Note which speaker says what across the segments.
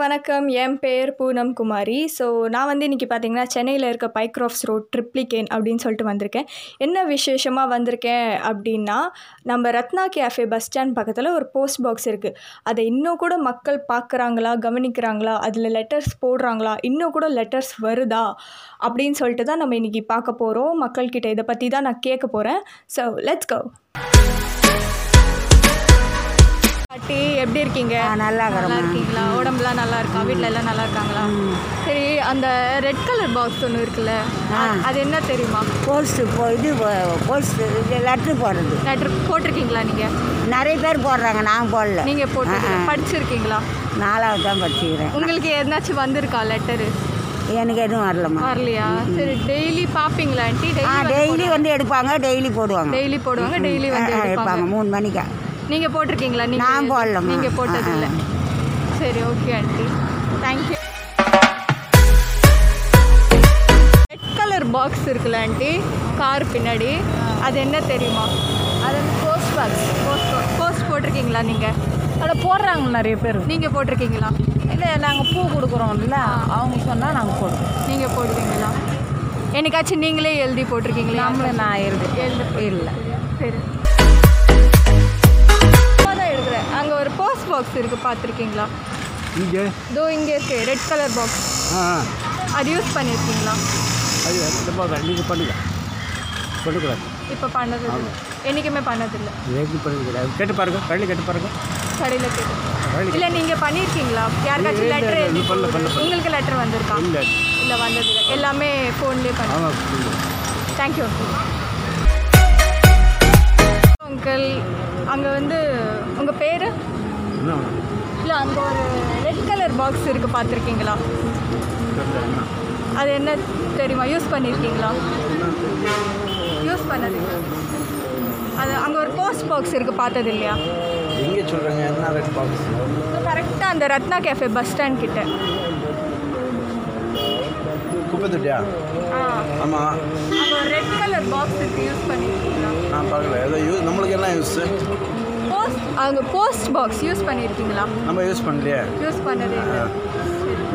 Speaker 1: வணக்கம் என் பெயர் பூனம் குமாரி ஸோ நான் வந்து இன்றைக்கி பார்த்தீங்கன்னா சென்னையில் இருக்க பைக்ராஃப்ஸ் ரோட் ட்ரிப்ளிகேன் அப்படின்னு சொல்லிட்டு வந்திருக்கேன் என்ன விசேஷமாக வந்திருக்கேன் அப்படின்னா நம்ம ரத்னா கேஃபே பஸ் ஸ்டாண்ட் பக்கத்தில் ஒரு போஸ்ட் பாக்ஸ் இருக்குது அதை இன்னும் கூட மக்கள் பார்க்குறாங்களா கவனிக்கிறாங்களா அதில் லெட்டர்ஸ் போடுறாங்களா இன்னும் கூட லெட்டர்ஸ் வருதா அப்படின்னு சொல்லிட்டு தான் நம்ம இன்றைக்கி பார்க்க போகிறோம் மக்கள்கிட்ட இதை பற்றி தான் நான் கேட்க போகிறேன் ஸோ லெட்ஸ் கோ பாட்டி எப்படி இருக்கீங்க
Speaker 2: ஆ, நல்லா
Speaker 1: நல்லா
Speaker 2: இருக்கிறோம்
Speaker 1: இருக்கீங்களா உடம்புலாம் நல்லா இருக்கா வீட்டில் எல்லாம் நல்லா இருக்காங்களா சரி அந்த ரெட் கலர் பாக்ஸ் ஒன்று இருக்குல்ல
Speaker 2: ஆ.
Speaker 1: அது என்ன தெரியுமா
Speaker 2: போஸ்ட்டு போ இது போ- போஸ்ட்டு இது லெட்ரு போடுறது
Speaker 1: லெட்டர் போட்டிருக்கீங்களா நீங்கள்
Speaker 2: நிறைய பேர் போடுறாங்க நான் போடல
Speaker 1: நீங்கள் போட்டு
Speaker 2: ஆ, ஆ.
Speaker 1: படிச்சிருக்கீங்களா
Speaker 2: நாலாவது தான் படிச்சுக்கிறேன்
Speaker 1: உங்களுக்கு எதனாச்சும் வந்திருக்கா லெட்டரு
Speaker 2: எனக்கு எதுவும் வரலம்மா
Speaker 1: வரலையா சரி டெய்லி பார்ப்பீங்களா ஆண்டி
Speaker 2: ஆ
Speaker 1: டெய்லி
Speaker 2: டெய்லி வந்து எடுப்பாங்க டெய்லி போடுவாங்க
Speaker 1: டெய்லி போடுவாங்க டெய்லி வந்து
Speaker 2: ஆ, ஆ,
Speaker 1: எடுப்பாங்க
Speaker 2: எடுப்பாங்க மூணு மணிக்கா
Speaker 1: நீங்கள் போட்டிருக்கீங்களா
Speaker 2: நான்
Speaker 1: நீங்கள்
Speaker 2: போடலம்மா.
Speaker 1: நீங்கள் போட்டது
Speaker 2: ஆ, ஆ.
Speaker 1: இல்லை சரி okay aunty thank you red colour box இருக்குல்ல ஆண்டி கார் பின்னாடி அது என்ன தெரியுமா
Speaker 3: அது வந்து போஸ்ட் பாக்ஸ்
Speaker 1: போஸ்ட் போ- போஸ்ட் போட்டிருக்கீங்களா நீங்கள்
Speaker 3: அதில் போடுறாங்க நிறைய பேர்
Speaker 1: நீங்கள் போட்டிருக்கீங்களா
Speaker 3: இல்லை நாங்கள் பூ கொடுக்குறோம்ல அவங்க சொன்னால் நாங்கள் போடுவோம்
Speaker 1: நீங்கள் போடுவீங்களா என்னைக்காச்சும் நீங்களே எழுதி போட்டிருக்கீங்களா
Speaker 3: நம்மள நான் எழுது எழுது இல்லை
Speaker 1: சரி தான் எழுதுறேன் அங்கே ஒரு போஸ்ட் பாக்ஸ் இருக்குது பார்த்துருக்கீங்களா
Speaker 4: இங்கே
Speaker 1: இதோ இங்கே இருக்கு ரெட் கலர் பாக்ஸ்
Speaker 4: ஆ ஆ.
Speaker 1: அது யூஸ் பண்ணியிருக்கீங்களா
Speaker 4: அது ரொம்ப நீங்கள் பண்ணுங்க கொடுக்கலாம்
Speaker 1: இப்போ பண்ணது இல்லை. என்றைக்குமே பண்ணதில்லை
Speaker 4: ரேட்டு பண்ணுங்க கேட்டு பாருங்க கடையில் கேட்டு பாருங்க
Speaker 1: கடையில் கேட்டு
Speaker 4: கடையில்
Speaker 1: இல்லை நீங்கள் பண்ணியிருக்கீங்களா யாருக்காச்சும்
Speaker 4: இல்லை,
Speaker 1: லெட்டர்
Speaker 4: இல்லை,
Speaker 1: எழுதி
Speaker 4: இல்லை, பண்ணல,
Speaker 1: போகுது.
Speaker 4: பண்ணல.
Speaker 1: உங்களுக்கு லெட்டர் வந்திருக்கா
Speaker 4: இல்லை
Speaker 1: இல்லை வந்ததில்லை எல்லாமே ஃபோன்லேயே பண்ண
Speaker 4: ஆமாம் கொடுங்க.
Speaker 1: தேங்க்யூ அங்கிள் அங்கே வந்து உங்கள் பேர்
Speaker 4: என்ன வேணும்?
Speaker 1: இல்லை அங்கே ஒரு ரெட் கலர் பாக்ஸ் இருக்குது பார்த்துருக்கீங்களா
Speaker 4: தெரியல, என்ன?
Speaker 1: அது என்ன தெரியுமா யூஸ் பண்ணியிருக்கீங்களா யூஸ் பண்ணது இல்ல. அது அங்கே ஒரு போஸ்ட் பாக்ஸ் இருக்குது பார்த்தது இல்லையா
Speaker 5: எங்கே சொல்கிறேங்க என்ன ரெட் பாக்ஸ்
Speaker 1: கரெக்டாக அந்த ரத்னா கேஃபே பஸ் ஸ்டாண்ட் கிட்ட
Speaker 5: குப்பை தொட்டியா
Speaker 1: ஆ
Speaker 5: ஆமாம்
Speaker 1: அங்கே ஒரு ரெட் கலர் பாக்ஸ் இருக்குது யூஸ் பண்ணியிருக்கீங்களா
Speaker 5: நான் பார்க்கல ஏதோ யூஸ் நம்மளுக்கு என்ன யூஸ்
Speaker 1: போஸ்ட் அங்கே போஸ்ட் பாக்ஸ் யூஸ் பண்ணியிருக்கீங்களா
Speaker 5: நம்ம யூஸ் பண்ணலையே
Speaker 1: யூஸ் பண்ணதே இல்லை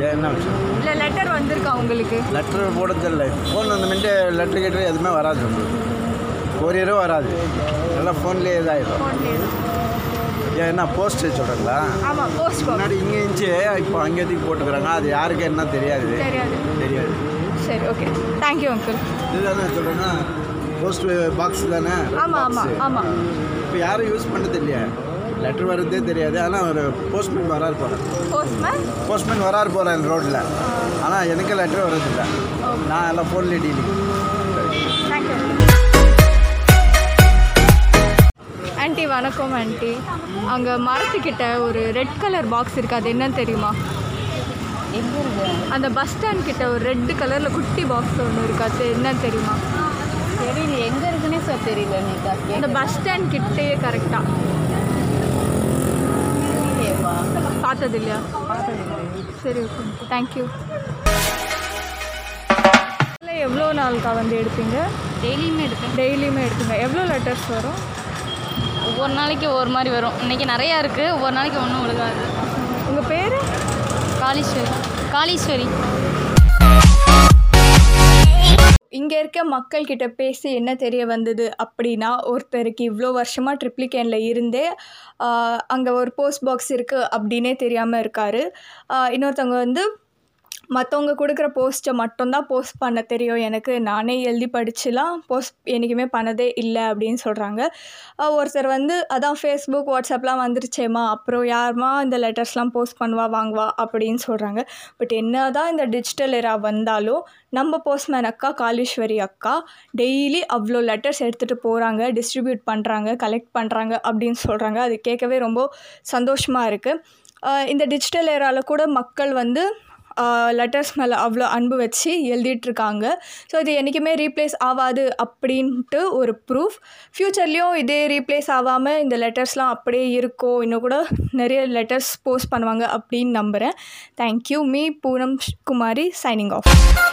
Speaker 5: ஏன் என்ன விஷயம்
Speaker 1: இல்லை லெட்டர் வந்திருக்கா உங்களுக்கு
Speaker 5: லெட்டர் போட தெரியல ஃபோன் அந்த மின்ட்டு லெட்டர் கேட்டு எதுவுமே வராது உங்களுக்கு கொரியரும் வராது நல்லா ஃபோன்லேயே இதாகிடும்
Speaker 1: ஃபோன்லேயே
Speaker 5: ஏன் என்ன போஸ்டேஜ் சொல்கிறீங்களா
Speaker 1: ஆமாம் போஸ்ட் பாக்ஸ்
Speaker 5: முன்னாடி இங்கே இருந்துச்சு இப்போ அங்கே தூக்கி போட்டுக்கிறாங்க அது யாருக்கு என்ன தெரியாது
Speaker 1: தெரியாது
Speaker 5: தெரியாது
Speaker 1: சரி ஓகே தேங்க்யூ அங்கிள்
Speaker 5: இதுதானே சொல்கிறேன்னா போஸ்ட் பாக்ஸ் தானே
Speaker 1: ஆமாம் ஆமாம் ஆமாம்
Speaker 5: இப்போ யாரும் யூஸ் பண்ணது இல்லையா லெட்டர் வர்றதே தெரியாது ஆனால் ஒரு போஸ்ட்மேன் வராரு போகிறேன்
Speaker 1: போஸ்ட்மேன்
Speaker 5: போஸ்ட்மேன் வராரு போகிறேன் ரோட்டில் ஆனால் எனக்கு லெட்டர் வர்றதில்லை நான் எல்லாம் ஃபோன்லேயே டீலிங்
Speaker 1: தேங்க்யூ ஆண்டி வணக்கம் ஆண்டி அங்கே மரத்துக்கிட்ட ஒரு ரெட் கலர் பாக்ஸ் இருக்குது அது என்னன்னு தெரியுமா அந்த பஸ் ஸ்டாண்ட் கிட்ட ஒரு ரெட் கலரில் குட்டி பாக்ஸ் ஒன்று இருக்குது அது என்னன்னு தெரியுமா
Speaker 3: தெரியல எங்கே இருக்குன்னே சார் தெரியல எனக்கு
Speaker 1: அந்த பஸ் ஸ்டாண்ட் கிட்டேயே கரெக்டாக பார்த்தது இல்லையா சரி ஓகே தேங்க்யூ எவ்வளோ நாளுக்கா வந்து எடுப்பீங்க
Speaker 6: டெய்லியுமே எடுப்பேன்
Speaker 1: டெய்லியுமே எடுப்பீங்க எவ்வளோ லெட்டர்ஸ் வரும்
Speaker 6: ஒவ்வொரு நாளைக்கு ஒவ்வொரு மாதிரி வரும் இன்னைக்கு நிறையா இருக்குது ஒவ்வொரு நாளைக்கு ஒன்றும் ஒழுகாது
Speaker 1: உங்கள் பேர்
Speaker 6: காளீஸ்வரி காளீஸ்வரி
Speaker 1: இங்கே இருக்க மக்கள்கிட்ட பேசி என்ன தெரிய வந்தது அப்படின்னா ஒருத்தருக்கு இவ்வளோ வருஷமாக ட்ரிப்ளிகேனில் இருந்தே அங்கே ஒரு போஸ்ட் பாக்ஸ் இருக்குது அப்படின்னே தெரியாமல் இருக்கார் இன்னொருத்தவங்க வந்து மற்றவங்க கொடுக்குற போஸ்ட்டை மட்டும்தான் போஸ்ட் பண்ண தெரியும் எனக்கு நானே எழுதி படிச்சுலாம் போஸ்ட் என்றைக்குமே பண்ணதே இல்லை அப்படின்னு சொல்கிறாங்க ஆஹ் ஒருத்தர் வந்து அதான் ஃபேஸ்புக் வாட்ஸ்அப்லாம் வந்துருச்சேம்மா அப்புறம் யாருமா இந்த லெட்டர்ஸ்லாம் போஸ்ட் பண்ணுவா வாங்குவா அப்படின்னு சொல்கிறாங்க பட் என்ன தான் இந்த டிஜிட்டல் எரா வந்தாலும் நம்ம போஸ்ட்மேன் அக்கா காளீஸ்வரி அக்கா டெய்லி அவ்வளோ லெட்டர்ஸ் எடுத்துகிட்டு போகிறாங்க டிஸ்ட்ரிபியூட் பண்ணுறாங்க கலெக்ட் பண்ணுறாங்க அப்படின்னு சொல்கிறாங்க அது கேட்கவே ரொம்ப சந்தோஷமாக இருக்குது ஆஹ் இந்த டிஜிட்டல் ஏரால கூட மக்கள் வந்து லெட்டர்ஸ் மேலே அவ்வளோ அன்பு வச்சு எழுதிட்டுருக்காங்க ஸோ இது என்றைக்குமே ரீப்ளேஸ் ஆகாது அப்படின்ட்டு ஒரு ப்ரூஃப் ஃப்யூச்சர்லேயும் இதே ரீப்ளேஸ் ஆகாமல் இந்த லெட்டர்ஸ்லாம் அப்படியே இருக்கும் இன்னும் கூட நிறைய லெட்டர்ஸ் போஸ்ட் பண்ணுவாங்க அப்படின்னு நம்புகிறேன் தேங்க்யூ மீ பூனம் ஷ்- குமாரி சைனிங் ஆஃப்